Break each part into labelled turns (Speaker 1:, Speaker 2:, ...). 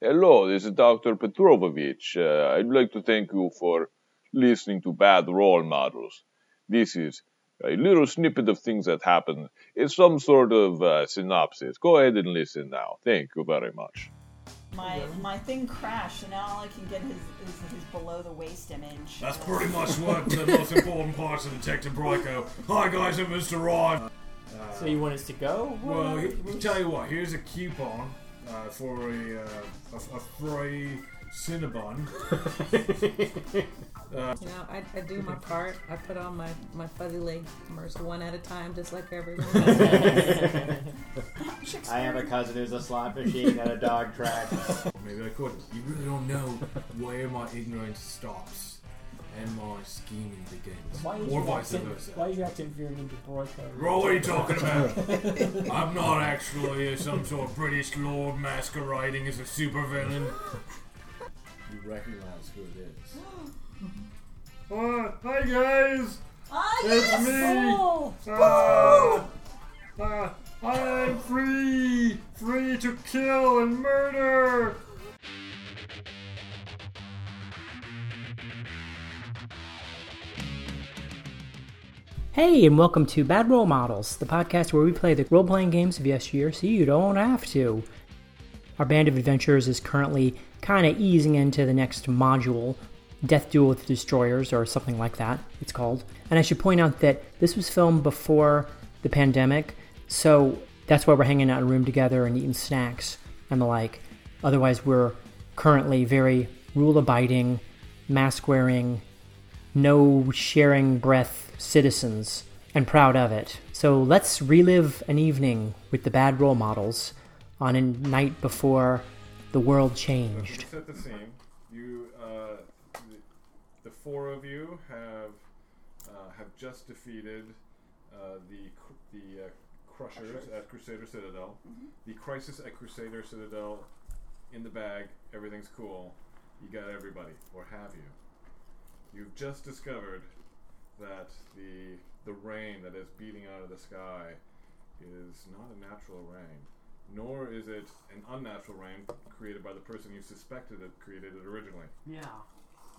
Speaker 1: Hello, this is Dr. Petrovovich. Uh, I'd like to thank you for listening to Bad Role Models. This is a little snippet of things that happened. It's some sort of uh, synopsis. Go ahead and listen now. Thank you very much.
Speaker 2: My my thing crashed, and now all I can get is, is his below the waist image.
Speaker 3: Uh,
Speaker 4: That's pretty much what the most important parts of Detective Broico. Hi guys, I'm Mr. Rod.
Speaker 3: So you want us to go?
Speaker 4: Well, he- we tell you what. Here's a coupon uh, for a, uh, a, a free Cinnabon.
Speaker 5: You know, I, I do my part. I put on my, my fuzzy leg immersed one at a time, just like everyone else.
Speaker 6: I have a cousin who's a slot machine at a dog track.
Speaker 4: Maybe I couldn't. You really don't know where my ignorance stops and my scheming begins,
Speaker 3: Why is
Speaker 4: or
Speaker 3: you
Speaker 4: vice
Speaker 3: acting,
Speaker 4: versa.
Speaker 3: Why are you acting very into Broico?
Speaker 4: Bro, what are you talking about? I'm not actually uh, some sort of British lord masquerading as a supervillain. You recognize who it is. Uh, hi guys!
Speaker 2: Ah,
Speaker 4: It's me!
Speaker 2: Oh,
Speaker 4: Uh, uh, I am free! Free to kill and murder!
Speaker 3: Hey, and welcome to Bad Role Models, the podcast where we play the role playing games of yesteryear so you don't have to. Our band of adventurers is currently kind of easing into the next module, Death Duel with the Destroyers, or something like that, it's called. And I should point out that this was filmed before the pandemic, so that's why we're hanging out in a room together and eating snacks and the like. Otherwise, we're currently very rule abiding, mask wearing, no sharing breath citizens and proud of it. So let's relive an evening with the bad role models on a night before the world changed.
Speaker 4: set the scene. You, uh, the, the four of you have uh, have just defeated uh, the cr- the uh, crushers at Crusader Citadel. The crisis at Crusader Citadel in the bag. Everything's cool. You got everybody, or have you? You've just discovered that the the rain that is beating out of the sky is not a natural rain, nor is it an unnatural rain created by the person you suspected it created it originally.
Speaker 3: Yeah.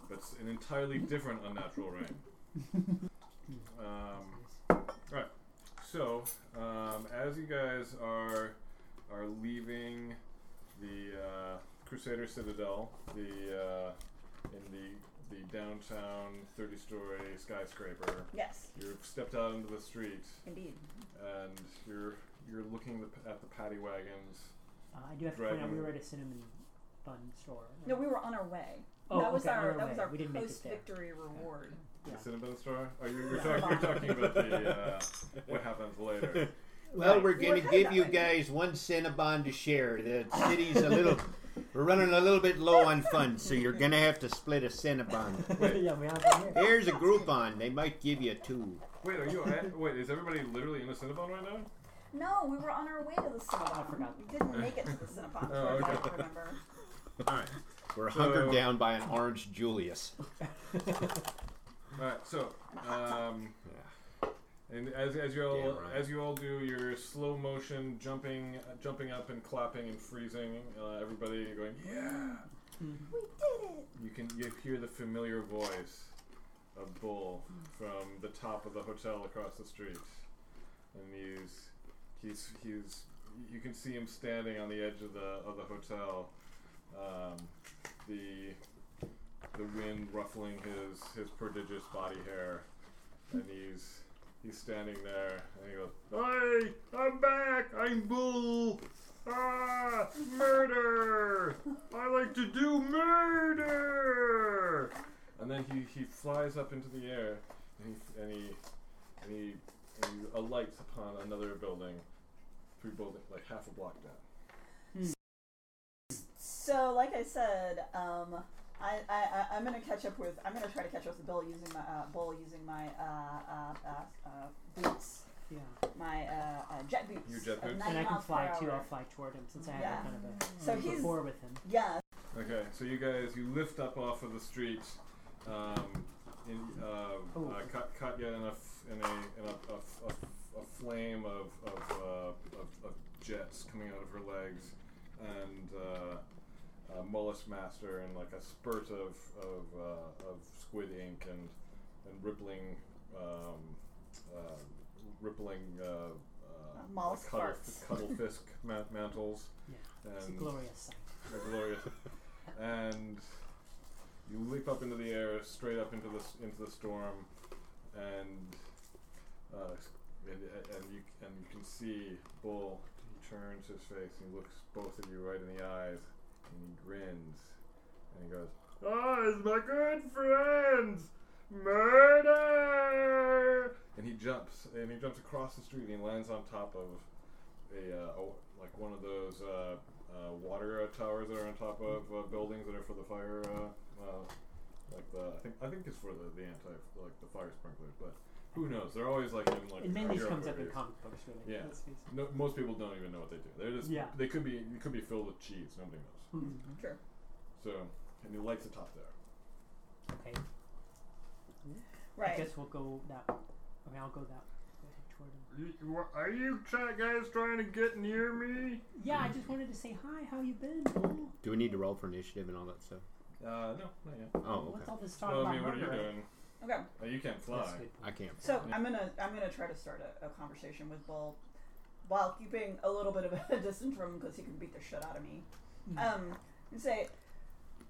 Speaker 4: That's an entirely different unnatural rain. um, right. So, um, as you guys are are leaving the uh, Crusader Citadel, the uh, in the the downtown thirty-story skyscraper,
Speaker 2: yes,
Speaker 4: you've stepped out into the street
Speaker 2: indeed.
Speaker 4: and you're you're looking the, at the paddy wagons.
Speaker 7: uh,
Speaker 3: I do have
Speaker 4: to point out, Dragon. we were
Speaker 3: at a cinnamon bun store.
Speaker 2: No, we were on our way.
Speaker 3: Oh,
Speaker 2: that was
Speaker 3: okay, on
Speaker 2: our
Speaker 3: our
Speaker 2: that was
Speaker 3: way.
Speaker 2: our
Speaker 3: We didn't make it
Speaker 2: post victory reward.
Speaker 3: Yeah.
Speaker 4: The cinnamon store. Oh, you're, you're, talking, you're talking about the uh, what happens later.
Speaker 6: Well, we're going
Speaker 2: We're
Speaker 6: to give
Speaker 2: headed
Speaker 6: you
Speaker 2: that way.
Speaker 6: guys one Cinnabon to share. The city's a little. We're running a little bit low on funds, so you're going to have to split a Cinnabon.
Speaker 3: yeah, we have one here.
Speaker 6: Here's a Groupon. They might give you two.
Speaker 4: Wait, are you? at- Wait, is everybody literally in a Cinnabon right now?
Speaker 2: No, we were on our way to the Cinnabon.
Speaker 3: Oh, I forgot.
Speaker 2: We didn't make it to the Cinnabon. as
Speaker 4: Oh,
Speaker 2: far as I
Speaker 4: okay.
Speaker 2: remember.
Speaker 6: All right. We're
Speaker 4: So-
Speaker 6: hunkered down by an orange Julius.
Speaker 4: All right, so um, and as, as you all
Speaker 6: Yeah, right.
Speaker 4: as you all do your slow motion jumping jumping up and clapping and freezing, uh, everybody going yeah.
Speaker 2: We did it.
Speaker 4: You can you hear the familiar voice of Bull from the top of the hotel across the street, and he's he's he's you can see him standing on the edge of the of the hotel, um, the the wind ruffling his his prodigious body hair, and he's he's standing there and he goes, "Hey, I'm back. I'm Bull." Ah, murder! I like to do murder! And then he, he flies up into the air and he, and he, and he, and he alights upon another building, three building, like half a block down.
Speaker 2: So, like I said, um, I, I, I I'm gonna catch up with I'm gonna try to catch up with Bill using my uh, Bull using my uh, uh, uh, uh, boots,
Speaker 3: Yeah.
Speaker 2: my uh, uh, jet boots.
Speaker 4: Your jet
Speaker 2: of
Speaker 4: boots?
Speaker 2: 90
Speaker 3: And I can
Speaker 2: miles per
Speaker 3: fly too.
Speaker 2: hour.
Speaker 3: I'll fly toward him since I had
Speaker 2: Yeah.
Speaker 3: kind of
Speaker 2: So
Speaker 3: a
Speaker 2: he's
Speaker 3: rapport with him.
Speaker 2: yeah.
Speaker 4: Okay, so you guys, you lift up off of the street. Um, in, uh,
Speaker 3: Oh.
Speaker 4: uh, Ka- Katya in a f- in a in a, a f- a f- a flame of of, uh, of of jets coming out of her legs, and uh, uh, Mollusk Master and like a spurt of of, uh, of squid ink and and rippling um, uh, rippling uh, uh,
Speaker 2: mollusk
Speaker 4: cuddle,
Speaker 2: farts.
Speaker 4: cuddlefisk ma- mantles
Speaker 3: Yeah. It's a
Speaker 4: and
Speaker 3: glorious sight.
Speaker 4: they're glorious. and you leap up into the air, straight up into the s- into the storm, and uh, s- and, and you and you can see Bull. He turns his face and he looks both of you right in the eyes, and he grins, and he goes, "Ah, it's my good friends." Murder! And he jumps, and he jumps across the street, and he lands on top of a, uh, a like one of those uh, uh, water uh, towers that are on top of uh, buildings that are for the fire. Uh, uh, like the I think I think it's for the, the anti like the fire sprinklers, but who knows? They're always like in like
Speaker 7: It mainly
Speaker 4: hero
Speaker 7: comes up in
Speaker 4: movies.
Speaker 7: comic books, really.
Speaker 4: Yeah.
Speaker 7: Let's face it.
Speaker 4: No, most people don't even know what they do. They're just
Speaker 7: Yeah.
Speaker 4: they could be it could be filled with cheese. Nobody knows.
Speaker 7: Hmm.
Speaker 2: Sure.
Speaker 4: So and he lights the top there.
Speaker 7: Okay. I
Speaker 2: Right.
Speaker 7: guess we'll go that. way. I mean, I'll go that. way toward him.
Speaker 4: Are you guys trying to get near me?
Speaker 7: Yeah, I just wanted to say hi. How you been? Bull?
Speaker 6: Do we need to roll for initiative and all that stuff?
Speaker 4: Uh, no, not yet.
Speaker 6: Oh,
Speaker 7: What's
Speaker 6: okay.
Speaker 7: all this talk
Speaker 4: Well, I
Speaker 7: about
Speaker 4: mean, what are you
Speaker 7: murder?
Speaker 4: doing?
Speaker 2: Okay.
Speaker 4: Uh, you can't fly.
Speaker 7: That's a good point.
Speaker 6: I can't.
Speaker 2: So I'm gonna I'm gonna try to start a, a conversation with Bull while keeping a little bit of a distance from him because he can beat the shit out of me.
Speaker 7: Mm-hmm.
Speaker 2: Um, and say,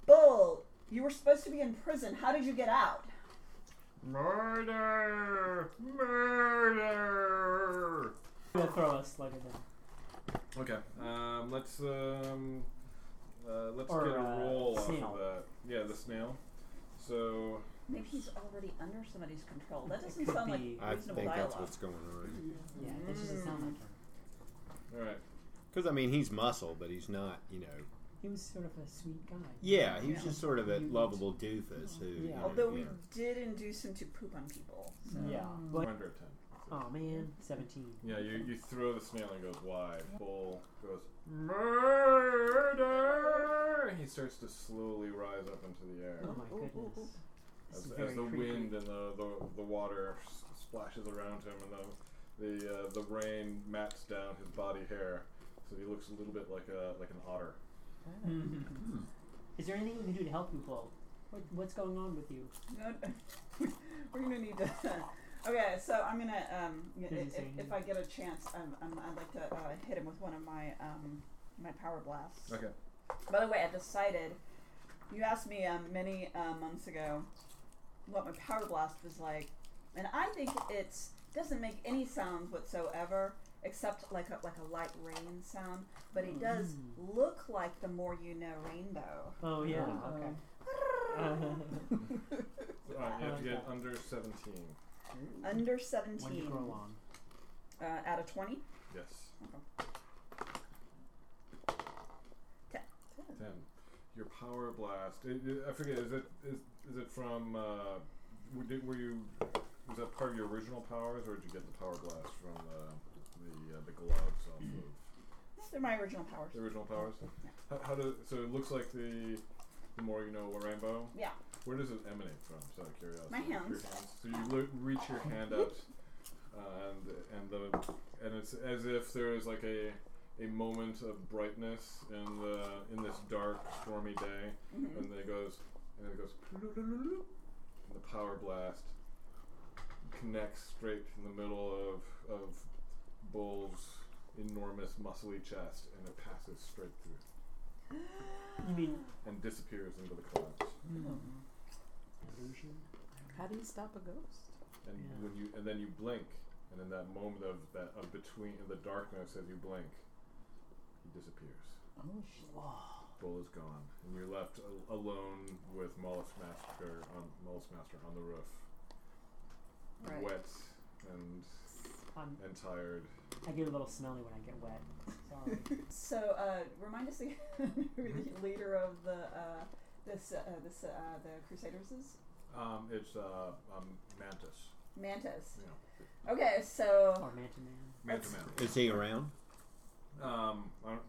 Speaker 2: Bull, you were supposed to be in prison. How did you get out?
Speaker 4: Murder! Murder!
Speaker 7: We'll throw a slug at them.
Speaker 4: Okay. Um, let's um, uh, let's
Speaker 7: Or,
Speaker 4: get a
Speaker 7: uh,
Speaker 4: roll
Speaker 7: snail.
Speaker 4: off of that. Yeah, the snail. So
Speaker 2: Maybe he's already under somebody's control. That
Speaker 7: It
Speaker 2: doesn't
Speaker 7: could
Speaker 2: sound like
Speaker 7: be-
Speaker 6: I
Speaker 2: reasonable
Speaker 6: think that's
Speaker 2: dialogue.
Speaker 6: what's going on.
Speaker 7: Yeah, that just doesn't sound like him.
Speaker 4: all right.
Speaker 6: Because I mean, he's muscle, but he's not. You know.
Speaker 7: He was sort of a sweet guy.
Speaker 6: Yeah, he was
Speaker 2: Yeah.
Speaker 6: just sort of a lovable doofus who. you
Speaker 7: Yeah.
Speaker 6: know,
Speaker 2: Although we
Speaker 6: yeah.
Speaker 2: did induce him to poop on people. So.
Speaker 7: Yeah.
Speaker 4: We're
Speaker 7: But,
Speaker 4: under a ten.
Speaker 7: oh man, seventeen.
Speaker 4: Yeah, you, you throw the snail and it goes wide. Bull goes murder. He starts to slowly rise up into the air
Speaker 7: Oh my goodness. This
Speaker 4: as,
Speaker 7: is
Speaker 4: as
Speaker 7: very
Speaker 4: the
Speaker 7: creepy.
Speaker 4: wind and the, the, the water s- splashes around him and the the, uh, the rain mats down his body hair, so he looks a little bit like a like an otter.
Speaker 7: Mhm. Is there anything we can do to help you, Bull? What, what's going on with you?
Speaker 2: No, we're gonna need to. okay, so I'm gonna. Um, y-
Speaker 7: Did you
Speaker 2: if,
Speaker 7: say
Speaker 2: if I get a chance, um, um, I'd like to uh, hit him with one of my um, my power blasts.
Speaker 4: Okay.
Speaker 2: By the way, I decided. You asked me um, many uh, months ago what my power blast was like, and I think it's doesn't make any sounds whatsoever, except like a, like a light rain sound. But it does
Speaker 7: Mm.
Speaker 2: look like the more you know rainbow.
Speaker 7: Oh yeah, okay. Uh,
Speaker 4: All right, you have to get
Speaker 7: Okay.
Speaker 4: under seventeen.
Speaker 2: Under
Speaker 7: when you
Speaker 2: seventeen,
Speaker 7: grow on.
Speaker 2: uh, out of twenty.
Speaker 4: Yes.
Speaker 2: Ten.
Speaker 4: Ten. Your power blast. It, it- I forget. Is it is, is it from? Uh, w- did, were you? Was that part of your original powers, or did you get the power blast from uh, the uh, the gloves off of
Speaker 2: They're my original powers.
Speaker 4: the original powers? How, how does so? It looks like the the more you know rainbow.
Speaker 2: Yeah.
Speaker 4: Where does it emanate from? Just out of curiosity.
Speaker 2: My
Speaker 4: Your
Speaker 2: hands.
Speaker 4: So you lo- reach your hand out, and and the and it's as if there is like a a moment of brightness in the in this dark stormy day,
Speaker 2: Mm-hmm.
Speaker 4: and then it goes and it goes, and the power blast connects straight in the middle of of Bull's enormous muscly chest, and it passes straight through
Speaker 7: You mean
Speaker 4: and disappears into the clouds.
Speaker 7: illusion?
Speaker 5: How do you stop a ghost?
Speaker 4: and
Speaker 7: Yeah.
Speaker 4: when you and then you blink, and in that moment of that of between in the darkness as you blink, he disappears.
Speaker 5: Oh shit!
Speaker 4: Bull is gone, and you're left al- alone with Mollusk Master on Mollusk Master on the roof,
Speaker 2: Right.
Speaker 4: wet and
Speaker 7: I'm,
Speaker 4: and tired.
Speaker 7: I get a little smelly when I get wet. Sorry.
Speaker 2: So, uh, remind us again who the leader of the uh, this uh, this uh, the Crusaders is
Speaker 4: Um, it's uh, um, Mantis.
Speaker 2: Mantis.
Speaker 4: Yeah.
Speaker 2: Okay, so
Speaker 7: or Manta Man.
Speaker 4: Manta Man.
Speaker 6: Is he around?
Speaker 4: Um, I don't,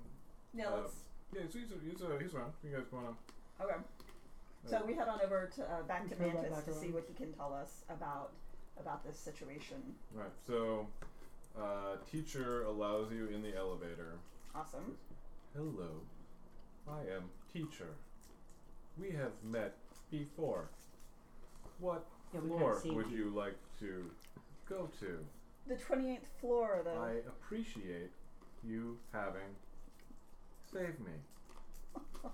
Speaker 2: yeah,
Speaker 4: Uh,
Speaker 2: let's
Speaker 4: yeah, so he's, he's, uh, he's around. You guys going on?
Speaker 2: okay. So we head on over to uh, back to
Speaker 7: Turn that
Speaker 2: Mantis
Speaker 7: back
Speaker 2: to see
Speaker 7: around.
Speaker 2: what he can tell us about about this situation.
Speaker 4: Right. So, uh, teacher allows you in the elevator.
Speaker 2: Awesome.
Speaker 4: Hello, I am teacher. We have met before. What
Speaker 7: Yeah, we haven't
Speaker 4: floor
Speaker 7: seen
Speaker 4: would
Speaker 7: you.
Speaker 4: you like to go to?
Speaker 2: The 28th floor, though.
Speaker 4: I appreciate you having saved me.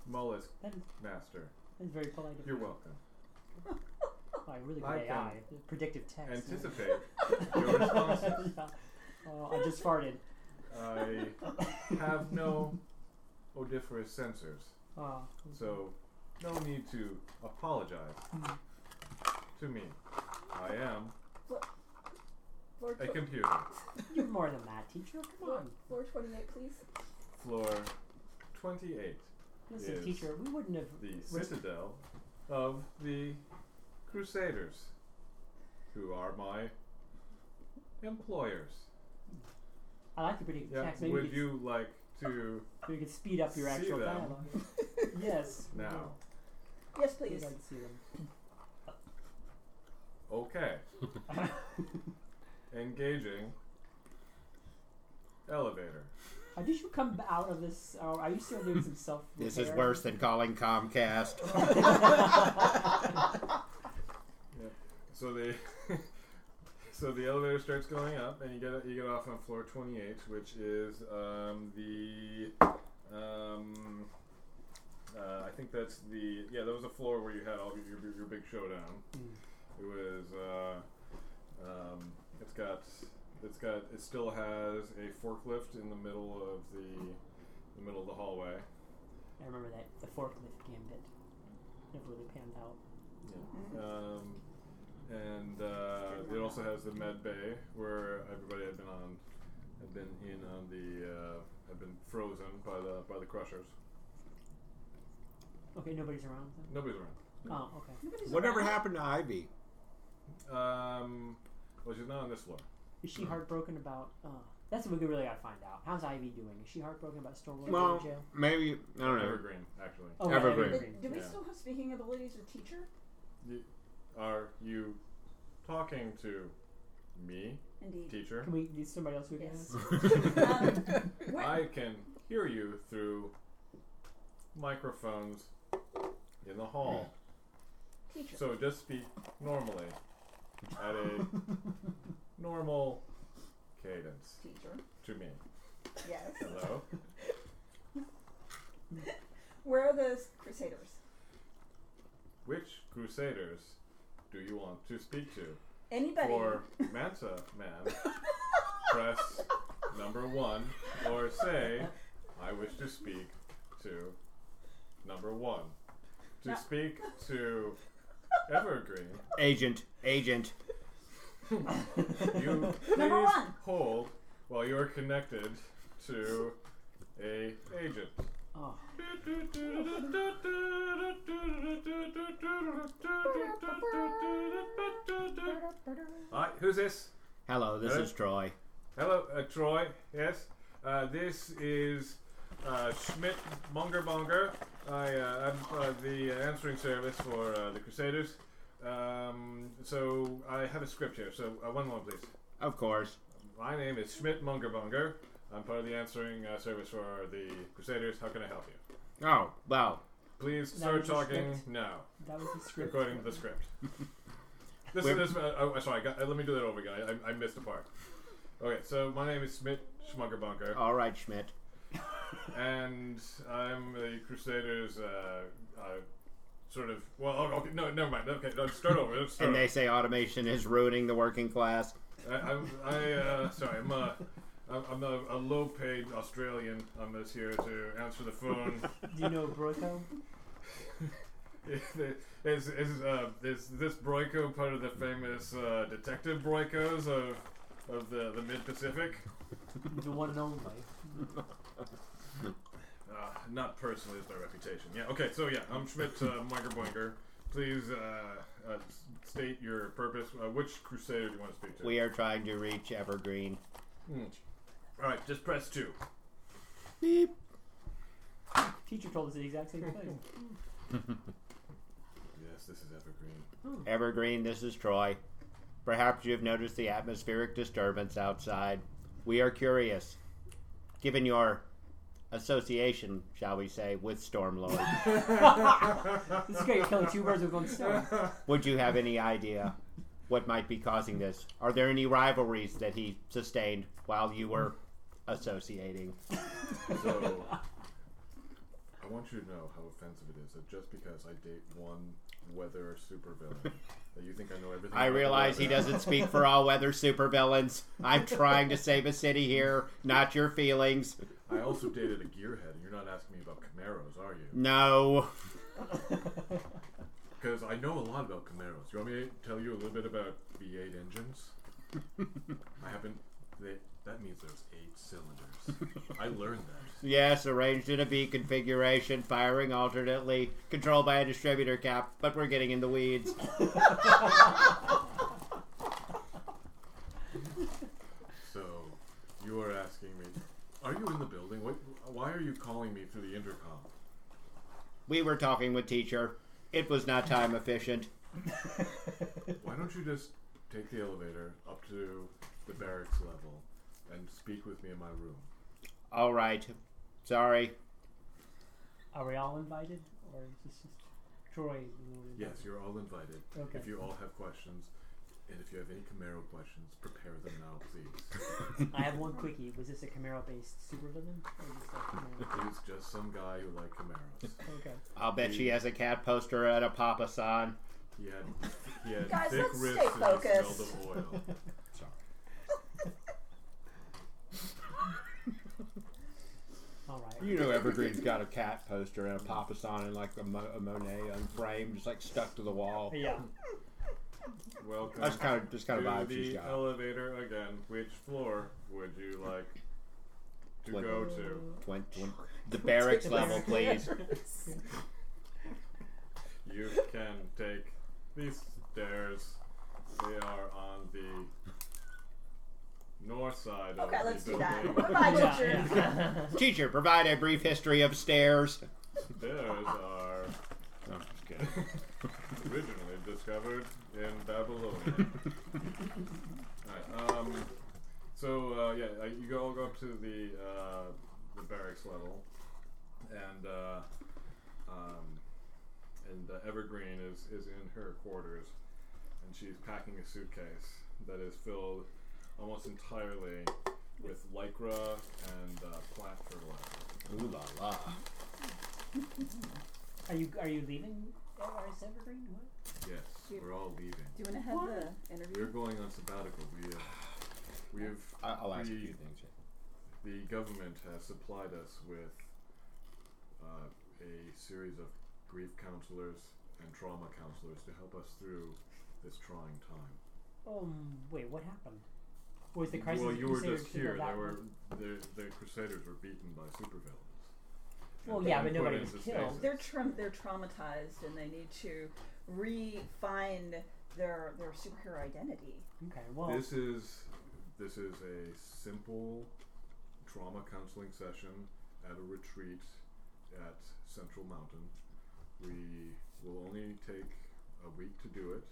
Speaker 4: Mullis
Speaker 7: That is,
Speaker 4: Master,
Speaker 7: that's very polite. of
Speaker 4: you're
Speaker 7: you.
Speaker 4: welcome.
Speaker 7: Oh, I really good
Speaker 4: I
Speaker 7: AI. Predictive text. man.
Speaker 4: Anticipate your responses.
Speaker 7: oh, I just farted.
Speaker 4: I have no odoriferous sensors,
Speaker 7: Oh,
Speaker 4: so no need to apologize
Speaker 7: Hmm.
Speaker 4: to me. I am
Speaker 2: floor,
Speaker 4: a
Speaker 2: tw-
Speaker 4: computer.
Speaker 7: you're more than that, teacher. Come on.
Speaker 2: floor 28, please.
Speaker 4: Floor 28,
Speaker 7: Listen,
Speaker 4: Yes.
Speaker 7: teacher, we wouldn't have.
Speaker 4: the
Speaker 7: res-
Speaker 4: citadel of the Crusaders, who are my employers.
Speaker 7: I like the predictive
Speaker 4: Yeah,
Speaker 7: text. Maybe we
Speaker 4: would
Speaker 7: could,
Speaker 4: you like to
Speaker 7: maybe we could speed up your
Speaker 4: see
Speaker 7: actual
Speaker 4: them?
Speaker 7: dialogue. yes. we
Speaker 4: now?
Speaker 7: would.
Speaker 2: Yes,
Speaker 7: We'd
Speaker 2: please.
Speaker 7: like to see them.
Speaker 4: Okay. Engaging. Elevator.
Speaker 7: Uh, did you come b- out of this? Uh, are you still doing some self?
Speaker 6: This is worse than calling Comcast.
Speaker 4: So the so the elevator starts going up, and you get you get off on floor twenty eight, which is um, the um, uh, I think that's the yeah that was a floor where you had all your your, your big showdown. It was uh, um, it's got it's got it still has a forklift in the middle of the the middle of the hallway.
Speaker 7: I remember that the forklift gambit never really panned out.
Speaker 4: Um, and uh, it also has the med bay where everybody had been on, had been in on the, uh, had been frozen by the by the crushers.
Speaker 7: Okay, nobody's around. Then.
Speaker 4: Nobody's around.
Speaker 7: Oh, okay.
Speaker 2: Nobody's
Speaker 8: Whatever
Speaker 2: around.
Speaker 8: happened to Ivy?
Speaker 4: Um, well, she's not on this floor.
Speaker 7: Is she heartbroken about? Uh, that's what we really gotta find out. How's Ivy doing? Is she heartbroken about Stormlight going
Speaker 8: Well,
Speaker 7: to jail?
Speaker 8: maybe I don't know.
Speaker 4: Evergreen, actually.
Speaker 7: Oh, right,
Speaker 8: Evergreen.
Speaker 2: But Do we
Speaker 4: Yeah.
Speaker 2: still have speaking abilities with teacher?
Speaker 4: Are you talking to me,
Speaker 2: Indeed.
Speaker 4: teacher?
Speaker 7: Can we do somebody else who can?
Speaker 2: Yes.
Speaker 7: ask?
Speaker 2: um, where-
Speaker 4: I can hear you through microphones in the hall.
Speaker 2: teacher.
Speaker 4: So just speak normally at a normal cadence
Speaker 2: teacher.
Speaker 4: to me.
Speaker 2: Yes.
Speaker 4: Hello?
Speaker 2: Where are those crusaders?
Speaker 4: Which crusaders do you want to speak to?
Speaker 2: Anybody?
Speaker 4: For Manta Man, press number one or say, I wish to speak to number one. To speak to Evergreen,
Speaker 6: Agent, agent.
Speaker 4: You
Speaker 2: Number
Speaker 4: please
Speaker 2: one.
Speaker 4: hold while you are connected to a agent.
Speaker 7: Oh.
Speaker 4: Hi, who's this?
Speaker 6: Hello, this
Speaker 4: Huh?
Speaker 6: is Troy.
Speaker 4: Hello, uh, Troy. Yes, uh, this is uh, Schmidt Munger Bonger. I, uh, I'm uh, the uh, answering service for uh, the Crusaders. Um, so I have a script here. So uh, one moment, please.
Speaker 6: Of course.
Speaker 4: My name is Schmidt Mungerbunger. I'm part of the answering uh, service for the Crusaders. How can I help you?
Speaker 6: Oh, well,
Speaker 4: Please
Speaker 7: That
Speaker 4: start
Speaker 7: was the
Speaker 4: talking
Speaker 7: script.
Speaker 4: now,
Speaker 7: That was the script.
Speaker 4: according to the script. this is this. Uh, oh, sorry. I Got, uh, let me do that over again. I, I missed a part. Okay, so my name is Schmidt Schmungerbunker,
Speaker 6: all right, Schmidt.
Speaker 4: and I'm the Crusaders. Uh, uh, sort of. Well, oh, okay, no, never mind. Okay, let's start over. Let's start
Speaker 6: And
Speaker 4: over.
Speaker 6: they say automation is ruining the working class.
Speaker 4: I, I'm, I, uh, sorry, I'm a, I'm I'm a, a low-paid Australian. I'm just here to answer the phone.
Speaker 7: Do you know Broco?
Speaker 4: is, is, uh, is this Broico part of the famous uh, detective Broicos of, of the, the mid-Pacific?
Speaker 7: the one and only.
Speaker 4: Uh, not personally, it's my reputation. Yeah, okay, so yeah, I'm Schmidt uh, Meigerboinger. Please uh, uh, s- state your purpose. Uh, which crusader do you want to speak to?
Speaker 6: We are trying to reach Evergreen.
Speaker 4: All right, just press two.
Speaker 6: Beep.
Speaker 7: Teacher told us the exact same thing.
Speaker 4: Yes, this is Evergreen.
Speaker 6: Evergreen, this is Troy. Perhaps you've noticed the atmospheric disturbance outside. We are curious. Given your association, shall we say, with Stormlord.
Speaker 7: This is great. You're killing two birds with one stone.
Speaker 6: Would you have any idea what might be causing this? Are there any rivalries that he sustained while you were associating?
Speaker 4: So, I want you to know how offensive it is that just because I date one weather supervillain, that you think I know everything.
Speaker 6: I
Speaker 4: about the
Speaker 6: realize he
Speaker 4: weather.
Speaker 6: doesn't speak for all weather supervillains. I'm trying to save a city here, not your feelings.
Speaker 4: I also dated a gearhead, and you're not asking me about Camaros, are
Speaker 6: Mm.
Speaker 4: you?
Speaker 6: No.
Speaker 4: Because I know a lot about Camaros. You want me to tell you a little bit about V8 engines? I haven't. They, that means there's eight cylinders. I learned that.
Speaker 6: Yes, arranged in a V configuration, firing alternately, controlled by a distributor cap, but we're getting in the weeds.
Speaker 4: So, you are asking me, are you in the building? What, why are you calling me through the intercom?
Speaker 6: We were talking with teacher. It was not time efficient.
Speaker 4: Why don't you just take the elevator up to the barracks level and speak with me in my room?
Speaker 6: All right. Sorry.
Speaker 7: Are we all invited, or is this just Troy? is the one
Speaker 4: Yes,
Speaker 7: invited?
Speaker 4: you're all invited.
Speaker 7: Okay.
Speaker 4: If you all have questions, and if you have any Camaro questions, prepare them now, please.
Speaker 7: I have one quickie. Was this a Camaro-based supervillain? Or just a Camaro?
Speaker 4: He's just some guy who liked Camaros.
Speaker 7: Okay.
Speaker 6: I'll bet she has a cat poster at a Papa San.
Speaker 4: He had he had
Speaker 2: Guys,
Speaker 4: thick
Speaker 2: let's stay
Speaker 4: wrists and he smelled
Speaker 2: focused.
Speaker 4: of oil.
Speaker 7: All right.
Speaker 6: You know, Evergreen's got a cat poster and a Papa San and like a, Mo- a Monet on frame, just like stuck to the wall.
Speaker 7: Yeah.
Speaker 4: Welcome.
Speaker 6: That's kind of just kind of
Speaker 4: to
Speaker 6: vibes she's
Speaker 4: the
Speaker 6: got.
Speaker 4: elevator again. Which floor would you like to
Speaker 6: What-
Speaker 4: go to?
Speaker 6: Went- went- the barracks level, please.
Speaker 4: You can take these stairs. They are on the north side of
Speaker 2: Okay,
Speaker 4: the
Speaker 2: let's do that.
Speaker 4: building.
Speaker 2: Bye,
Speaker 7: Yeah,
Speaker 2: teacher.
Speaker 7: yeah.
Speaker 6: Teacher, provide a brief history of stairs.
Speaker 4: Stairs are originally discovered in Babylonia. Alright, um, so, uh, yeah, uh, you all go up to the, uh, the barracks level, and, uh, um, and uh, Evergreen is, is in her quarters, and she's packing a suitcase that is filled almost entirely with lycra and uh, plant fertilizer.
Speaker 6: Ooh la la.
Speaker 7: Are you are you leaving? Or is Evergreen? What?
Speaker 4: Yes, we're all leaving.
Speaker 2: Do you want to have the
Speaker 4: We're
Speaker 2: interview?
Speaker 4: going on sabbatical. We have, we have
Speaker 6: I- I'll ask you
Speaker 4: The-
Speaker 6: a few things.
Speaker 4: the government has supplied us with uh, a series of grief counselors and trauma counselors to help us through this trying time.
Speaker 7: Oh wait, what happened? Was the crisis?
Speaker 4: well,
Speaker 7: of
Speaker 4: you were
Speaker 7: Crusader
Speaker 4: just
Speaker 7: Kingdom
Speaker 4: here. They
Speaker 7: that
Speaker 4: were
Speaker 7: one?
Speaker 4: the, the Crusaders were beaten by supervillains.
Speaker 7: Well,
Speaker 4: and
Speaker 7: yeah,
Speaker 4: then
Speaker 7: but
Speaker 4: put
Speaker 7: nobody
Speaker 4: into
Speaker 7: was killed.
Speaker 4: stasis.
Speaker 2: They're tra- they're traumatized and they need to re-find their their superhero identity.
Speaker 7: Okay. Well,
Speaker 4: This is this is a simple trauma counseling session at a retreat at Central Mountain. We will only take a week to do it.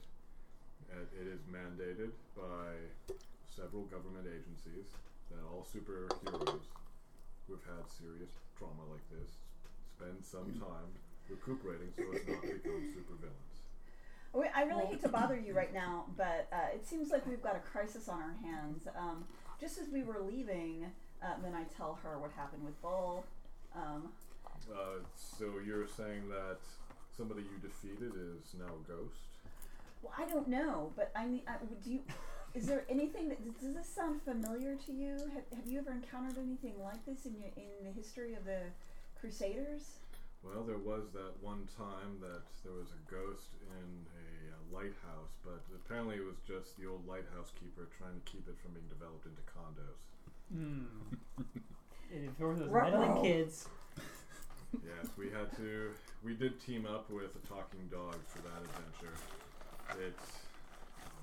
Speaker 4: And It is mandated by several government agencies that all superheroes who've had serious trauma like this spend some time recuperating so as not to become supervillains.
Speaker 2: Oh, wait, I really hate to bother you right now, but uh, it seems like we've got a crisis on our hands. Um, just as we were leaving, uh, then I tell her what happened with Bull. Um,
Speaker 4: Uh, so you're saying that somebody you defeated is now a ghost?
Speaker 2: well, I don't know, but I mean, I, do you? Is there anything that does this sound familiar to you? Have, have you ever encountered anything like this in your, in the history of the Crusaders?
Speaker 4: Well, there was that one time that there was a ghost in a, uh lighthouse, but apparently it was just the old lighthouse keeper trying to keep it from being developed into condos.
Speaker 7: and if there were those
Speaker 2: Ruh-roh.
Speaker 7: meddling kids.
Speaker 4: yes, we had to. We did team up with a talking dog for that adventure. It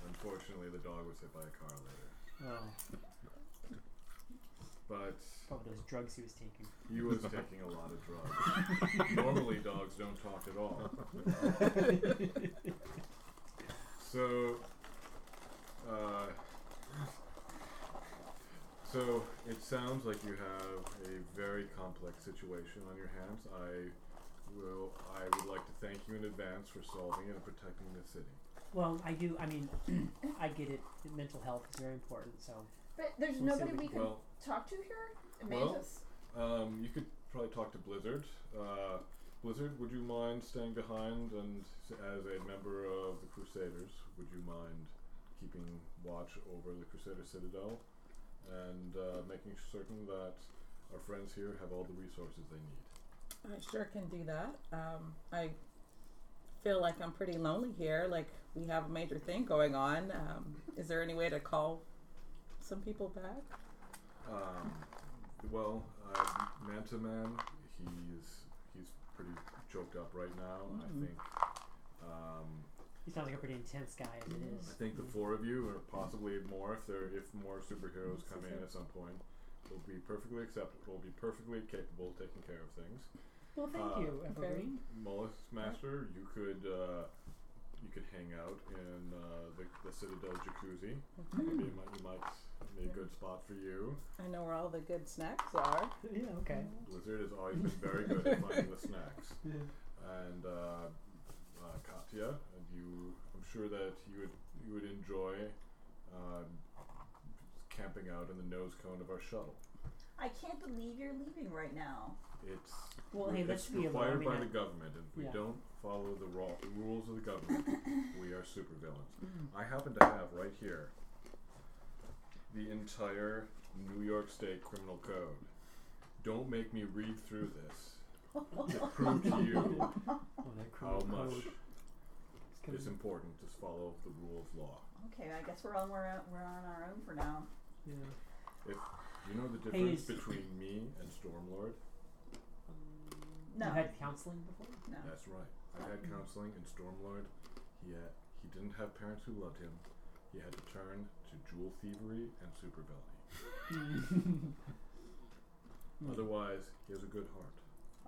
Speaker 4: unfortunately the dog was hit by a car later,
Speaker 7: Oh,
Speaker 4: but
Speaker 7: probably those drugs he was taking.
Speaker 4: He was taking a lot of drugs. Normally, dogs don't talk at all. so, uh, so it sounds like you have a very complex situation on your hands. I will. I would like to thank you in advance for solving it and protecting the city.
Speaker 7: Well, I do. I mean, I get it. Mental health is very important. So
Speaker 2: But there's
Speaker 7: We'll see
Speaker 2: nobody
Speaker 7: what
Speaker 2: we
Speaker 7: we
Speaker 2: can
Speaker 4: Well,
Speaker 2: talk to here.
Speaker 4: Well,
Speaker 2: Mantis.
Speaker 4: um, you could probably talk to Blizzard. Uh, Blizzard, would you mind staying behind and, s- as a member of the Crusaders, would you mind keeping watch over the Crusader Citadel and uh, making certain that our friends here have all the resources they need?
Speaker 5: I sure can do that. Um, I feel like I'm pretty lonely here. Like we have a major thing going on. Um, is there any way to call some people back?
Speaker 4: Um, well, uh, Manta Man, he's he's pretty choked up right now. I think. Um,
Speaker 7: he sounds like a pretty intense guy as it
Speaker 4: I
Speaker 7: is.
Speaker 4: think the four of you, or possibly more, if there if more superheroes come in at some point, will be perfectly acceptable. Will be perfectly capable of taking care of things.
Speaker 7: Well, thank
Speaker 4: Uh,
Speaker 7: you,
Speaker 5: okay.
Speaker 7: Evergreen.
Speaker 4: Mollusk Master, you could uh, you could hang out in uh, the, the Citadel Jacuzzi. Maybe it might, it might be a good spot for you.
Speaker 5: I know where all the good snacks are.
Speaker 7: Yeah. Okay.
Speaker 4: Blizzard has always been very good at finding the snacks. And uh, uh, Katya, and you, I'm sure that you would you would enjoy uh, camping out in the nose cone of our shuttle.
Speaker 2: I can't believe you're leaving right now.
Speaker 4: It's
Speaker 7: Well, hey, let's
Speaker 4: it's
Speaker 7: be
Speaker 4: required
Speaker 7: alarming.
Speaker 4: by
Speaker 7: I-
Speaker 4: the government, and if we
Speaker 7: Yeah.
Speaker 4: don't follow the raw, rules of the government, we are supervillains.
Speaker 7: Mm.
Speaker 4: I happen to have right here the entire New York State Criminal Code. Don't make me read through this to prove to you
Speaker 7: Oh, that
Speaker 4: how
Speaker 7: criminal
Speaker 4: much
Speaker 7: code is gonna
Speaker 4: it's
Speaker 7: be-
Speaker 4: important to follow the rule of law.
Speaker 2: Okay, I guess we're on we're on, we're on our own for now.
Speaker 7: yeah.
Speaker 4: If you know the
Speaker 7: Hey,
Speaker 4: difference
Speaker 7: is-
Speaker 4: between me and Stormlord,
Speaker 2: No.
Speaker 7: You had counseling before?
Speaker 2: No.
Speaker 4: that's right. I had counseling, and Stormlord, he had, he didn't have parents who loved him. He had to turn to jewel thievery and supervillainy. Otherwise, he has a good heart,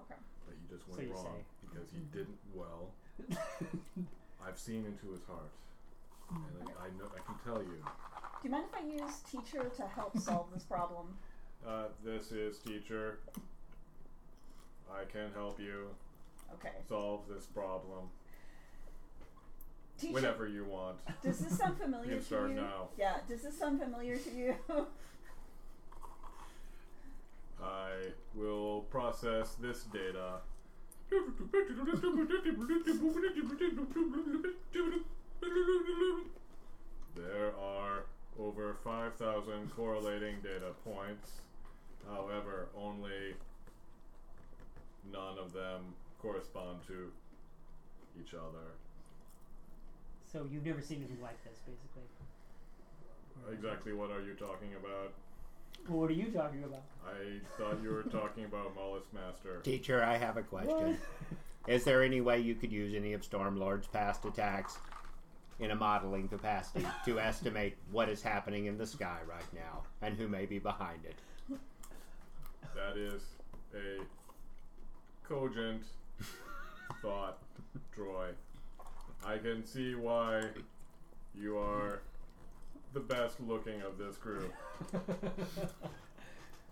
Speaker 2: Okay.
Speaker 4: but he just
Speaker 7: So
Speaker 4: went
Speaker 7: you
Speaker 4: wrong
Speaker 7: say.
Speaker 4: because he didn't well. I've seen into his heart, and I, I know I can tell you.
Speaker 2: Do you mind if I use teacher to help solve this problem?
Speaker 4: Uh, this is teacher. I can help you
Speaker 2: Okay.
Speaker 4: solve this problem
Speaker 2: Teacher,
Speaker 4: whenever you want.
Speaker 2: does this sound
Speaker 4: You
Speaker 2: familiar
Speaker 4: can
Speaker 2: to
Speaker 4: start
Speaker 2: you?
Speaker 4: now.
Speaker 2: Yeah, does this sound familiar to you?
Speaker 4: I will process this data. There are over 5,000 correlating data points. However, only none of them correspond to each other.
Speaker 7: So you've never seen anything like this, basically.
Speaker 4: Exactly what are you talking about?
Speaker 7: Well, what are you talking about?
Speaker 4: I thought you were talking about Mollusk Master.
Speaker 6: Teacher, I have a question. Is there any way you could use any of Stormlord's past attacks in a modeling capacity to estimate what is happening in the sky right now and who may be behind it?
Speaker 4: That is a cogent thought, Troy. I can see why you are the best looking of this group.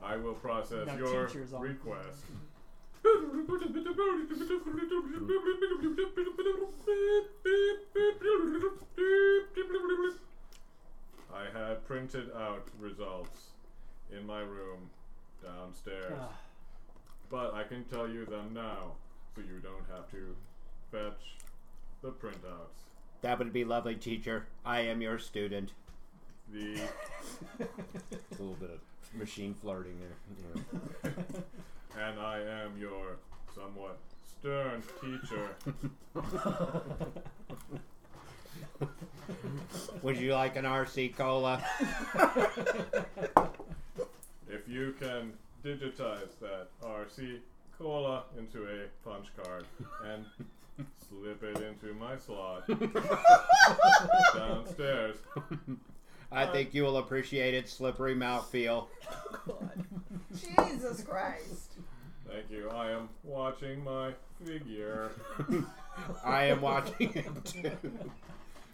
Speaker 4: I will process
Speaker 7: Now
Speaker 4: your
Speaker 7: teachers on.
Speaker 4: request. I have printed out results in my room downstairs.
Speaker 7: Ah.
Speaker 4: But I can tell you them now, so you don't have to fetch the printouts.
Speaker 6: That would be lovely, teacher. I am your student.
Speaker 4: The
Speaker 6: A little bit of machine flirting there. Yeah.
Speaker 4: and I am your somewhat stern teacher.
Speaker 6: Would you like an RC cola?
Speaker 4: If you can digitize that RC cola into a punch card and slip it into my slot downstairs,
Speaker 6: I think you will appreciate its slippery mouthfeel.
Speaker 2: Jesus Christ.
Speaker 4: thank you. I am watching my figure.
Speaker 6: I am watching it too.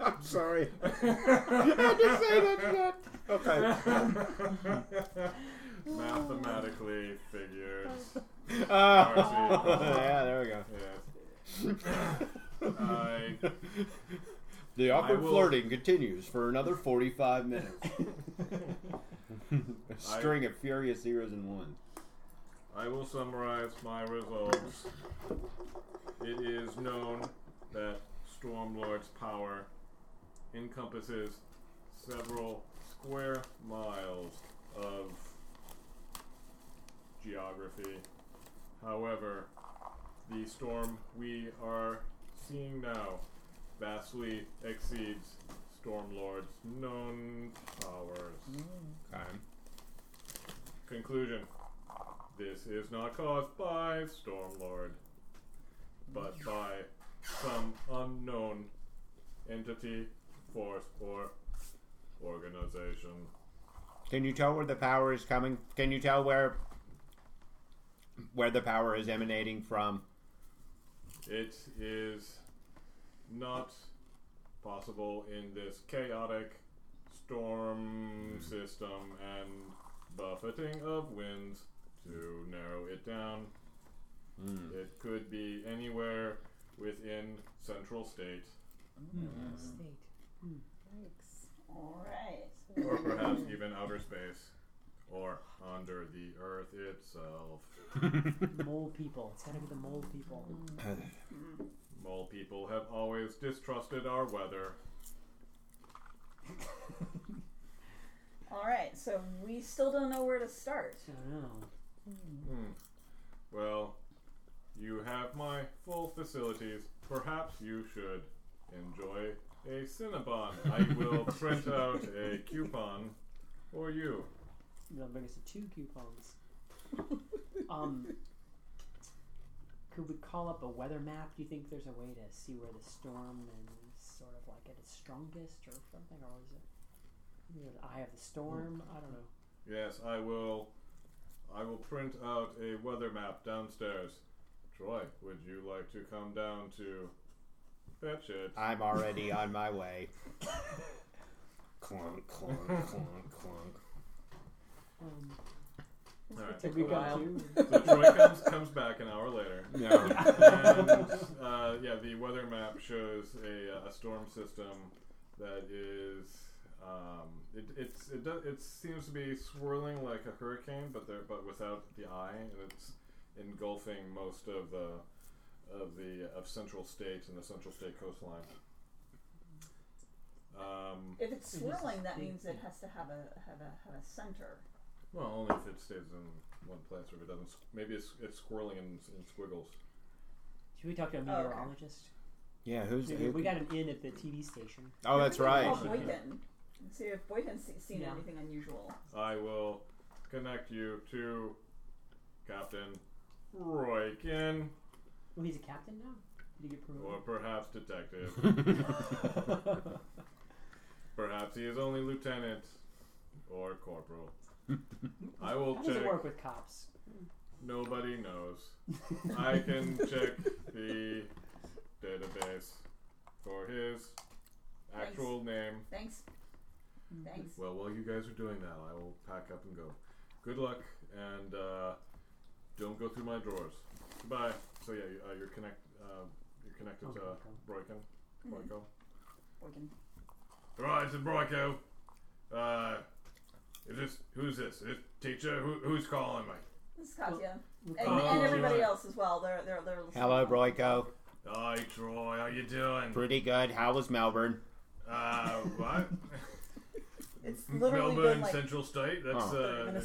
Speaker 6: I'm sorry. I had to say that shit. Okay.
Speaker 4: Mathematically figured.
Speaker 6: Uh, yeah, there we go.
Speaker 4: Yes. I
Speaker 6: The awkward
Speaker 4: will-
Speaker 6: flirting continues for another 45 minutes. A string of furious zeros and ones.
Speaker 4: I will summarize my results. It is known that Stormlord's power encompasses several square miles of geography. However, the storm we are seeing now vastly exceeds Stormlord's known powers.
Speaker 6: Okay.
Speaker 4: Conclusion. This is not caused by Stormlord, but by some unknown entity, force, or organization.
Speaker 6: Can you tell where the power is coming? Can you tell where where the power is emanating from?
Speaker 4: It is not possible in this chaotic storm system and buffeting of winds to narrow it down. It could be anywhere within Central State,
Speaker 5: State.
Speaker 2: All right.
Speaker 4: or perhaps even outer space, or under the Earth itself.
Speaker 7: mole people. It's gotta be the mole people.
Speaker 4: Mole people have always distrusted our weather.
Speaker 2: All right. So we still don't know where to start.
Speaker 7: I don't know.
Speaker 4: Well, you have my full facilities. Perhaps you should enjoy a Cinnabon. I will print out a coupon for you.
Speaker 7: They'll bring us two coupons. um, could we call up a weather map? Do you think there's a way to see where the storm is sort of like at its strongest or something, or is it you know, the eye of the storm?
Speaker 4: Hmm.
Speaker 7: I don't know.
Speaker 4: Yes, I will. I will print out a weather map downstairs. Troy, would you like to come down to fetch it?
Speaker 6: I'm already on my way. clunk, clunk, clunk, clunk.
Speaker 7: Um,
Speaker 4: All right.
Speaker 7: could we
Speaker 5: while.
Speaker 7: go to?
Speaker 4: So Troy comes comes back an hour later.
Speaker 6: Yeah.
Speaker 4: and uh, yeah, the weather map shows a, a storm system that is. Um, it it's, it, do, it seems to be swirling like a hurricane, but there but without the eye, and it's engulfing most of the of the of central state and the central state coastline. Um,
Speaker 2: If it's
Speaker 7: It is a
Speaker 2: swirling, that
Speaker 7: state.
Speaker 2: means it has to have a have a have a center.
Speaker 4: well, only if it stays in one place, or if it doesn't. s- Maybe it's it's swirling in, in squiggles.
Speaker 7: Should we talk to a
Speaker 2: okay.
Speaker 7: meteorologist?
Speaker 6: Yeah, who's
Speaker 7: Maybe
Speaker 6: who?
Speaker 7: we got him in at the TV station.
Speaker 6: Oh, that's right.
Speaker 2: Call Boyden and see if Boyden's se- seen
Speaker 7: Yeah.
Speaker 2: anything unusual.
Speaker 4: I will connect you to Captain Roykin,
Speaker 7: Well, he's a captain now. Did he get
Speaker 4: or
Speaker 7: promoted?
Speaker 4: perhaps Detective. perhaps he is only Lieutenant or Corporal. I will
Speaker 7: How does
Speaker 4: check.
Speaker 7: it work with cops?
Speaker 4: Nobody knows. I can check the database for his actual name.
Speaker 2: Thanks.
Speaker 7: Mm-hmm.
Speaker 2: Thanks.
Speaker 4: Well, while you guys are doing that, I will pack up and go. Good luck, and uh, don't go through my drawers. Goodbye. So yeah, you, uh, you're connect. Uh, you're connected to uh, Broyko.
Speaker 2: Mm-hmm.
Speaker 4: Broyko.
Speaker 2: Boyden.
Speaker 4: Right, it's Broyko. Uh, is this who's this? Is this teacher? Who, who's calling me?
Speaker 2: This is Katya.
Speaker 7: We'll uh,
Speaker 2: And,
Speaker 7: call him.
Speaker 2: and
Speaker 4: Oh,
Speaker 2: everybody
Speaker 4: right.
Speaker 2: else as well. They're they're they're listening.
Speaker 6: Hello, Broyko.
Speaker 4: Hi, Troy. How you doing?
Speaker 6: Pretty good. How was Melbourne?
Speaker 4: Uh, what?
Speaker 2: It's literally
Speaker 4: Melbourne
Speaker 2: been like
Speaker 4: Central State. That's uh,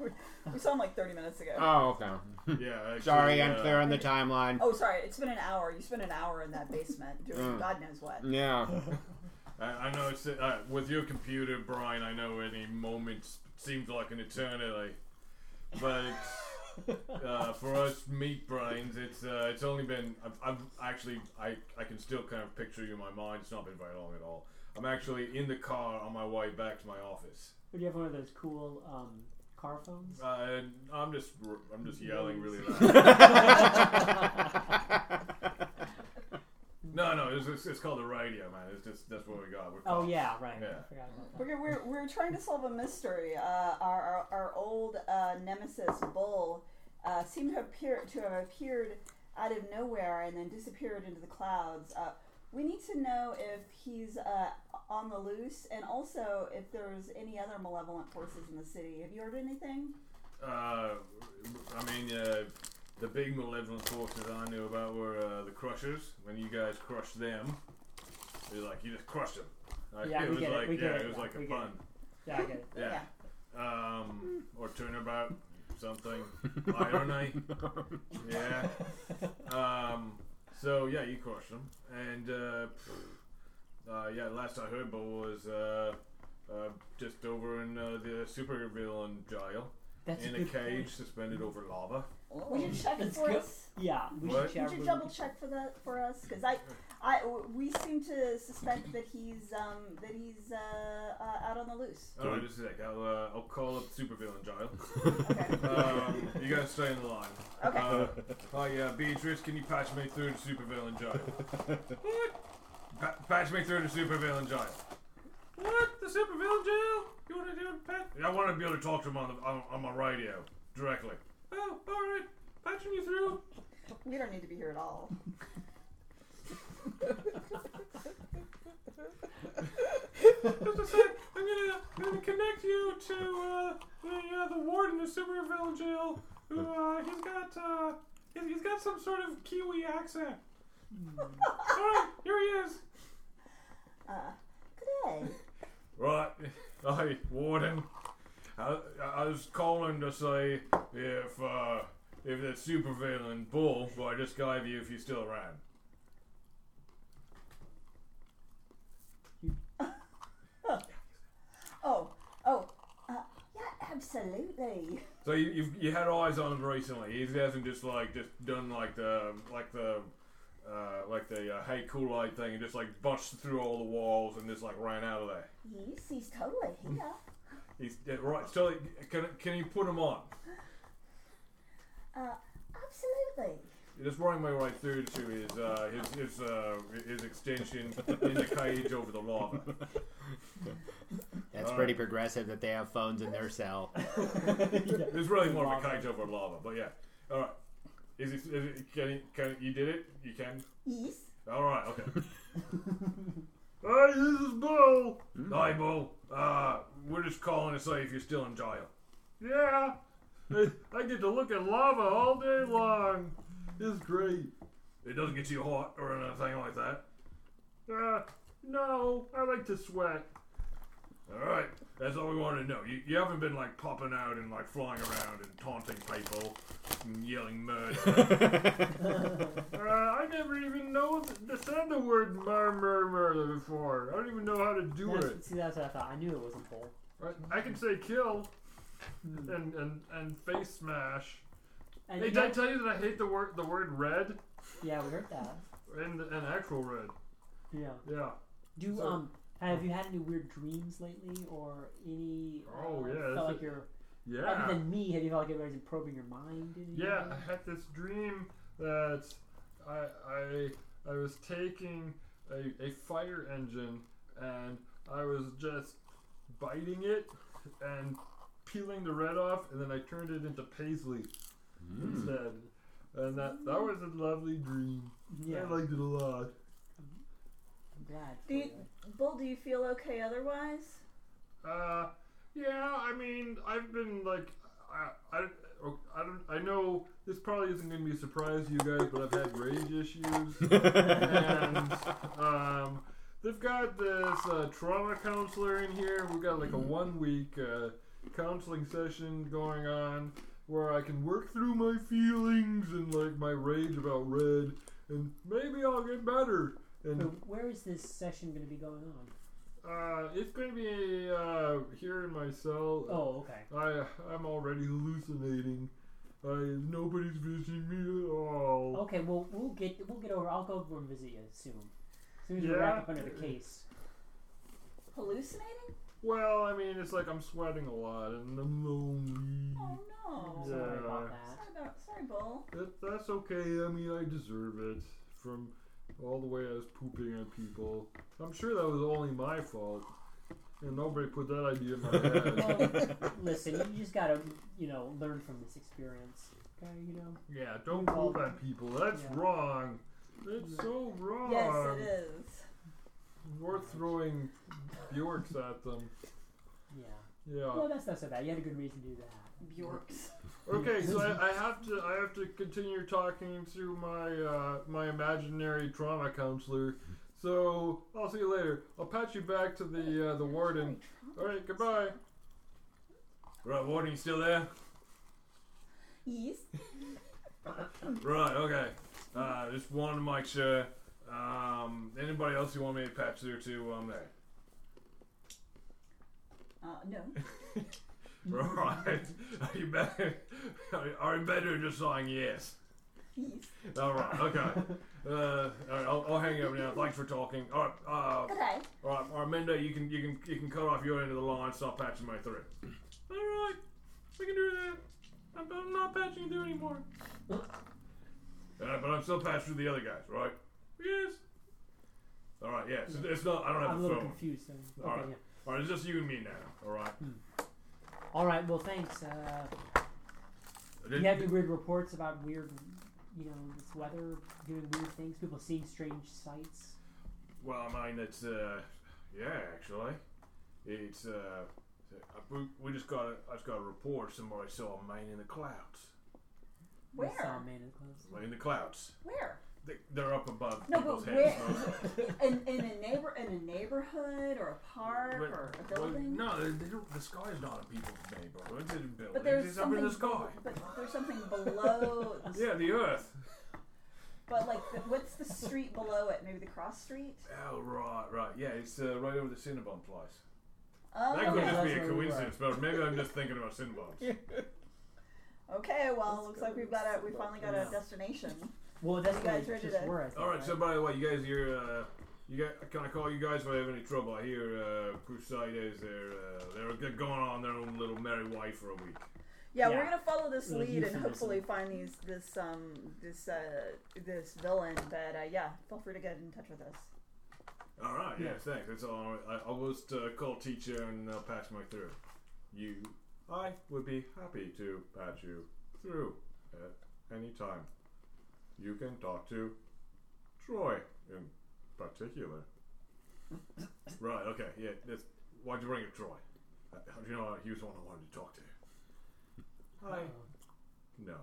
Speaker 2: Oh. we saw him like 30 minutes ago.
Speaker 6: Oh, okay.
Speaker 4: uh, yeah. Actually,
Speaker 6: Sorry, I'm
Speaker 4: uh,
Speaker 6: clear on the timeline.
Speaker 2: oh, sorry. It's been an hour. You spent an hour in that basement doing
Speaker 6: Uh.
Speaker 2: God knows what.
Speaker 6: Yeah.
Speaker 4: I, I know it's uh, with your computer, Brian. I know any moment seems like an eternity, but uh, for us meat brains, it's uh, it's only been. I've, I've actually I, I can still kind of picture you in my mind. It's not been very long at all. I'm actually in the car on my way back to my office.
Speaker 7: Would you have one of those cool um, car phones?
Speaker 4: Uh, and I'm just r- I'm just yelling really loud. No, no, it's, it's, it's, it's called a radio, man. It's just that's what we got. We're
Speaker 7: Oh
Speaker 4: cops.
Speaker 7: yeah, right.
Speaker 4: Yeah.
Speaker 7: I forgot about that.
Speaker 2: We're, we're, we're trying to solve a mystery. Uh, our, our, our old uh, nemesis, Bull, uh, seemed to, appear, to have appeared out of nowhere and then disappeared into the clouds. Uh, we need to know if he's uh, on the loose and also if there's any other malevolent forces in the city. Have you heard anything?
Speaker 4: Uh, I mean, uh, the big malevolent forces I knew about were uh, the Crushers. When you guys crushed them, you're like you just crushed them. Like,
Speaker 7: Yeah,
Speaker 4: it
Speaker 7: we
Speaker 4: was
Speaker 7: get it,
Speaker 4: like
Speaker 7: we
Speaker 4: yeah,
Speaker 7: get it,
Speaker 4: was
Speaker 7: yeah,
Speaker 4: like
Speaker 7: we
Speaker 4: a
Speaker 7: get
Speaker 4: pun.
Speaker 7: Yeah, I get it.
Speaker 4: Yeah. Um, or turnabout, something. Irony. yeah. Um, so yeah, you crushed them, and uh, uh, yeah, last I heard, Bo was uh, uh, just over in uh, the supervillain jail.
Speaker 7: That's
Speaker 4: in a
Speaker 7: a good
Speaker 4: cage
Speaker 7: point.
Speaker 4: suspended over lava.
Speaker 2: Would you check it
Speaker 7: Oh. Let's
Speaker 2: for
Speaker 7: go.
Speaker 2: us?
Speaker 7: Yeah, we
Speaker 4: What?
Speaker 7: should
Speaker 2: Would
Speaker 7: check.
Speaker 2: you double check for that for us? Because I, I, we seem to suspect that he's um that he's uh, uh out on the loose.
Speaker 4: All right, just a sec. I'll, uh, I'll call up Supervillain Giles.
Speaker 2: Okay.
Speaker 4: Um, you gotta stay in the line.
Speaker 2: Okay.
Speaker 4: Uh, hi, yeah, Beatrice, can you patch me through to Supervillain Giles? what? Pa- patch me through to Supervillain Giles. What? The Supervillain Jail? You wanna do it, Pat? I wanna be able to talk to him on, the, on, on my radio directly. Oh, all right. Patching you through.
Speaker 2: We don't need to be here at all.
Speaker 4: Just a sec. I'm gonna, I'm gonna connect you to uh, the, uh, the warden of Supervillain Jail. Who uh, he's got uh, he's, he's got some sort of Kiwi accent. All right, here he is.
Speaker 2: Uh, good day.
Speaker 4: Right, hey warden. I, I was calling to say if uh, if that supervillain bull who I just gave you, if he's still around.
Speaker 2: Oh, oh, uh, yeah, absolutely.
Speaker 4: So you you've, you had eyes on him recently. He hasn't just like just done like the like the uh, like the uh, hey Kool Aid thing and just like busted through all the walls and just like ran out of there.
Speaker 2: Yes, he's totally here.
Speaker 4: He's yeah, right. So can can you put him on?
Speaker 2: Uh, absolutely.
Speaker 4: Just running my way through to his uh, his his, uh, his extension in the cage over the lava.
Speaker 6: That's
Speaker 4: All
Speaker 6: pretty
Speaker 4: right.
Speaker 6: progressive that they have phones in their cell.
Speaker 4: It's really more of a cage over lava, but yeah. All right. Is it, is it can, it- can it- you did it? You can.
Speaker 2: Yes.
Speaker 4: All right. Okay. Hi, this is Bull. Hi, Bull. Uh, we're just calling to say if you're still in jail. Yeah. I get to look at lava all day long. It's great. It doesn't get you hot or anything like that. Uh, no. I like to sweat. All right, that's all we wanted to know. You, you haven't been like popping out and like flying around and taunting people and yelling murder. uh, I never even know the, said the word mur mur mur before. I don't even know how to do
Speaker 7: That's, see, that's what I thought. I knew it wasn't bull.
Speaker 4: Right? I can say kill and and and face smash.
Speaker 7: Hmm. And
Speaker 4: Hey,
Speaker 7: you
Speaker 4: did I
Speaker 7: know-
Speaker 4: tell you that I hate the word the word red
Speaker 7: yeah, we heard that.
Speaker 4: and and actual red?
Speaker 7: Yeah.
Speaker 4: Yeah.
Speaker 7: Do
Speaker 4: So-
Speaker 7: um have you had any weird dreams lately or any uh,
Speaker 4: Oh, yeah, that's
Speaker 7: felt like
Speaker 4: it.
Speaker 7: you're
Speaker 4: Yeah.
Speaker 7: other than me, have you felt like everybody's been probing your mind in any
Speaker 4: Yeah,
Speaker 7: way?
Speaker 4: I had this dream that I I I was taking a, a fire engine and I was just biting it and peeling the red off and then I turned it into paisley instead. And that that was a lovely dream. I
Speaker 7: Yeah.
Speaker 4: liked it a lot.
Speaker 7: I'm glad.
Speaker 2: Do
Speaker 7: for
Speaker 2: you, Bull, do you feel okay otherwise?
Speaker 4: Uh, yeah, I mean, I've been like, I, I, I don't, I know this probably isn't going to be a surprise to you guys, but I've had rage issues, and um, they've got this uh, trauma counselor in here. We've got like a one week uh, counseling session going on where I can work through my feelings and like my rage about red, and maybe I'll get better.
Speaker 7: you.
Speaker 4: And
Speaker 3: Hmm.
Speaker 7: So where is this session going to be going on?
Speaker 4: uh, it's going to be uh, here in my cell.
Speaker 7: Oh, okay.
Speaker 4: I I'm already hallucinating. I nobody's visiting me at all.
Speaker 7: Okay, well we'll get we'll get over. I'll go over and visit you soon. As soon as we wrap
Speaker 4: Yeah.
Speaker 7: up under the case.
Speaker 2: Hallucinating?
Speaker 4: Well, I mean, it's like I'm sweating a lot and I'm lonely.
Speaker 2: Oh no.
Speaker 4: Yeah.
Speaker 7: Sorry about that.
Speaker 2: Sorry about, sorry, Bull.
Speaker 4: That, that's okay. I mean, I deserve it from all the way I was pooping on people. I'm sure that was only my fault. You know, nobody put that idea in my head.
Speaker 7: Listen, you just gotta, you know, learn from this experience. Okay, you know.
Speaker 4: yeah, don't poop on people. That's
Speaker 7: Yeah.
Speaker 4: wrong. That's so wrong.
Speaker 2: Yes, it is.
Speaker 4: We're throwing Bjorks at them.
Speaker 7: Yeah.
Speaker 4: Yeah.
Speaker 7: Well, that's not so bad. You had a good reason to do that.
Speaker 2: Bjorks.
Speaker 4: Okay, so I, I have to I have to continue talking to my uh, my imaginary trauma counselor. So I'll see you later. I'll patch you back to the uh, the warden. All right, goodbye. Right, warden, you still there?
Speaker 2: Yes.
Speaker 4: Right, okay. Uh, just wanted to make sure. Um, anybody else you want me to patch through to? Um, there.
Speaker 2: Uh, no.
Speaker 4: Right. Are you better? Are you better just saying yes?
Speaker 2: Yes.
Speaker 4: All right. Okay. Uh, all right. I'll, I'll hang up now. Thanks for talking. All right. Uh,
Speaker 2: Okay.
Speaker 4: all right. All right, Mendo, you can you can you can cut off your end of the line. Stop patching my through. All right. We can do that. I'm, I'm not patching you through anymore. Uh, but I'm still patching through the other guys, right? Yes. All right. Yes. It's, it's not. I don't have
Speaker 7: I'm a
Speaker 4: the
Speaker 7: little
Speaker 4: phone.
Speaker 7: confused. Hmm. Though.
Speaker 4: All
Speaker 7: Okay,
Speaker 4: right.
Speaker 7: yeah.
Speaker 4: All right. It's just you and me now. All right.
Speaker 7: All right. Well, thanks. Uh,
Speaker 4: Did-
Speaker 7: you have any weird reports about weird, you know, this weather doing weird things? People seeing strange sights.
Speaker 4: Well, I mean, it's, uh, yeah, actually. It's, uh, I- we- we just got a, I just got a report somebody saw a man in the clouds.
Speaker 7: We saw a
Speaker 4: um,
Speaker 2: Where?
Speaker 7: man in clothes.
Speaker 4: Man in the clouds.
Speaker 2: Where?
Speaker 4: They, they're up above
Speaker 2: No,
Speaker 4: people's
Speaker 2: but
Speaker 4: heads.
Speaker 2: where? in, in a neighbor in a neighborhood or a park
Speaker 4: But-
Speaker 2: or a
Speaker 4: well,
Speaker 2: building.
Speaker 4: no, they, they don't, the sky's not a people's neighborhood. It's in a building.
Speaker 2: But there's
Speaker 4: it's up
Speaker 2: something.
Speaker 4: in the sky.
Speaker 2: But there's something below. the s-
Speaker 4: Yeah, the earth.
Speaker 2: But like, the, what's the street below it? Maybe the cross street.
Speaker 4: Oh, right, right. Yeah, it's uh, right over the Cinnabon place.
Speaker 2: Oh,
Speaker 4: That could
Speaker 2: okay.
Speaker 4: just
Speaker 7: That's
Speaker 4: be a
Speaker 7: where we were.
Speaker 4: coincidence, but maybe I'm just thinking about Cinnabons.
Speaker 2: Okay, well, looks like we've got a we finally got a
Speaker 7: Yeah.
Speaker 2: destination.
Speaker 7: Well, that's
Speaker 2: You
Speaker 7: where
Speaker 2: guys
Speaker 7: the
Speaker 2: ready
Speaker 7: pictures
Speaker 2: to-
Speaker 7: were. I think,
Speaker 4: All right.
Speaker 7: right?
Speaker 4: So by the way, you guys, you're. Uh, you got, can I call you guys if I have any trouble? I hear uh, Crusaders. They're uh, they're g- going on their own little merry way for a week.
Speaker 2: Yeah,
Speaker 7: Yeah.
Speaker 2: we're gonna follow this
Speaker 7: Little
Speaker 2: lead and
Speaker 7: euphemism.
Speaker 2: hopefully find these this um this uh this villain. But uh, yeah, feel free to get in touch with us.
Speaker 4: All right. Yeah. Thanks. That's all. I, I'll just uh, call teacher and uh, pass my through. You, I would be happy to patch you through at any time. You can talk to Troy in particular. right. Okay. Yeah. That's, why'd you bring up Troy? Uh, How do you know he was the one I wanted to talk to? Hi. No.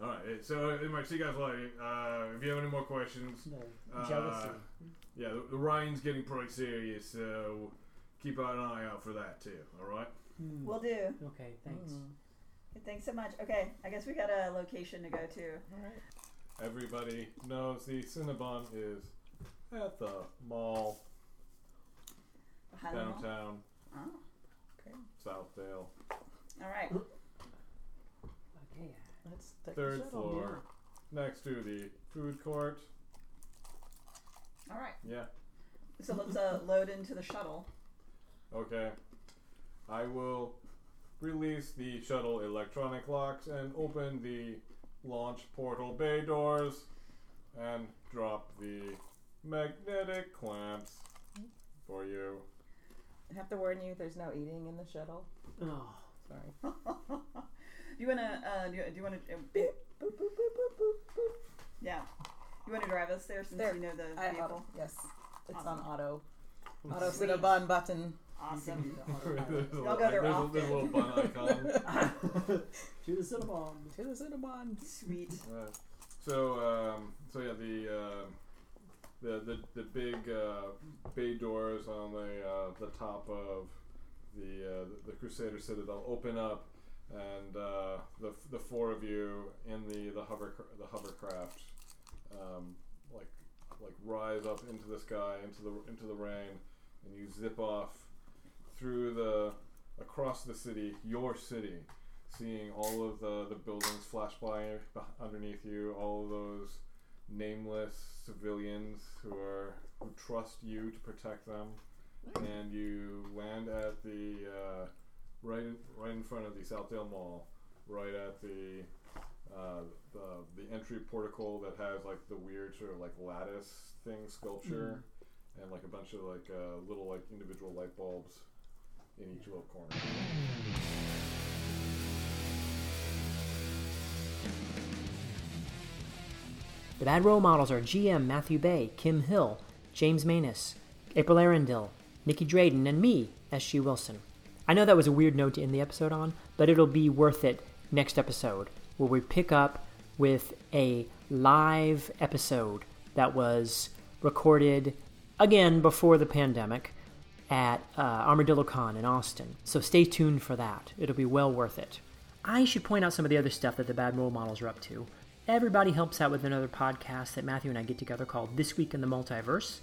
Speaker 4: All right. eh, So, anyway, see you guys later. Uh, if you have any more questions,
Speaker 7: No,
Speaker 4: Uh,
Speaker 7: jealousy.
Speaker 4: yeah, the, the rain's getting pretty serious, so keep an eye out for that too. All right.
Speaker 7: Hmm.
Speaker 2: We'll do.
Speaker 7: okay, thanks.
Speaker 2: mm. Thanks so much. Okay, I guess we got a location to go to.
Speaker 4: Everybody knows the Cinnabon is at the mall
Speaker 2: Behind the mall.
Speaker 4: downtown
Speaker 2: Oh,
Speaker 4: Southdale,
Speaker 2: all right.
Speaker 7: Okay.
Speaker 5: Let's take the
Speaker 4: third
Speaker 5: shuttle.
Speaker 4: floor, next to the food court.
Speaker 2: All right.
Speaker 4: Yeah.
Speaker 2: So let's uh, load into the shuttle.
Speaker 4: Okay. I will release the shuttle electronic locks and open the launch portal bay doors and drop the magnetic clamps for you.
Speaker 5: I have to warn you, there's no eating in the shuttle.
Speaker 7: Oh,
Speaker 5: Sorry.
Speaker 2: do you wanna? Uh, do you, do you wanna? Uh, boop, boop, boop, boop, boop, boop, boop. Yeah. You wanna drive us there since
Speaker 5: There.
Speaker 2: you know the
Speaker 5: I
Speaker 2: vehicle?
Speaker 5: auto. Yes. It's
Speaker 2: Awesome.
Speaker 5: on auto. Auto
Speaker 2: Sweet.
Speaker 5: Cinnabon button.
Speaker 2: Awesome.
Speaker 4: there's a,
Speaker 2: Y'all go there
Speaker 4: there's a- there's a little
Speaker 2: often.
Speaker 4: bun icon.
Speaker 7: to the Cinnabon.
Speaker 5: To the Cinnabon.
Speaker 2: Sweet.
Speaker 4: Uh, so um, so yeah, the um the the the big uh, bay doors on the uh, the top of the uh, the Crusader Citadel open up, and uh, the the four of you in the the hover the hovercraft um, like like rise up into the sky into the into the rain, and you zip off through the across the city, your city seeing all of the, the buildings flash by beh- underneath you, all of those nameless civilians who are who trust you to protect them, and you land at the uh, right in, right in front of the Southdale Mall, right at the uh, the, the entry portico that has like the weird sort of like lattice thing sculpture and like a bunch of like uh, little like individual light bulbs in each little corner.
Speaker 3: The bad role models are GM Matthew Bay, Kim Hill, James Manus, April Arundel, Nikki Drayden, and me, S.G. Wilson. I know that was a weird note to end the episode on, but it'll be worth it next episode, where we pick up with a live episode that was recorded again before the pandemic at uh, Armadillo Con in Austin. So stay tuned for that. It'll be well worth it. I should point out some of the other stuff that the Bad Role Models are up to. Everybody helps out with another podcast that Matthew and I get together called This Week in the Multiverse.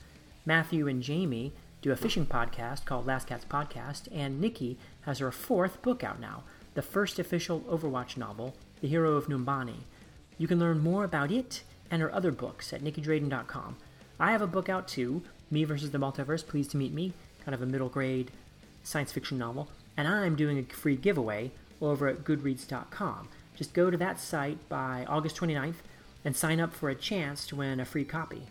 Speaker 3: Matthew and Jamie do a fishing podcast called Last Cats Podcast, and Nikki has her fourth book out now, the first official Overwatch novel, The Hero of Numbani. You can learn more about it and her other books at nikkidraden.com. I have a book out too, Me versus the Multiverse, Please to Meet Me, kind of a middle grade science fiction novel, and I'm doing a free giveaway over at goodreads.com. Just go to that site by August 29th and sign up for a chance to win a free copy.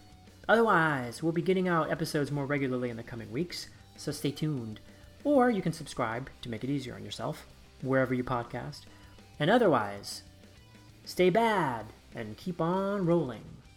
Speaker 3: Otherwise, we'll be getting out episodes more regularly in the coming weeks, so stay tuned. Or you can subscribe to make it easier on yourself, wherever you podcast. And otherwise, stay bad and keep on rolling.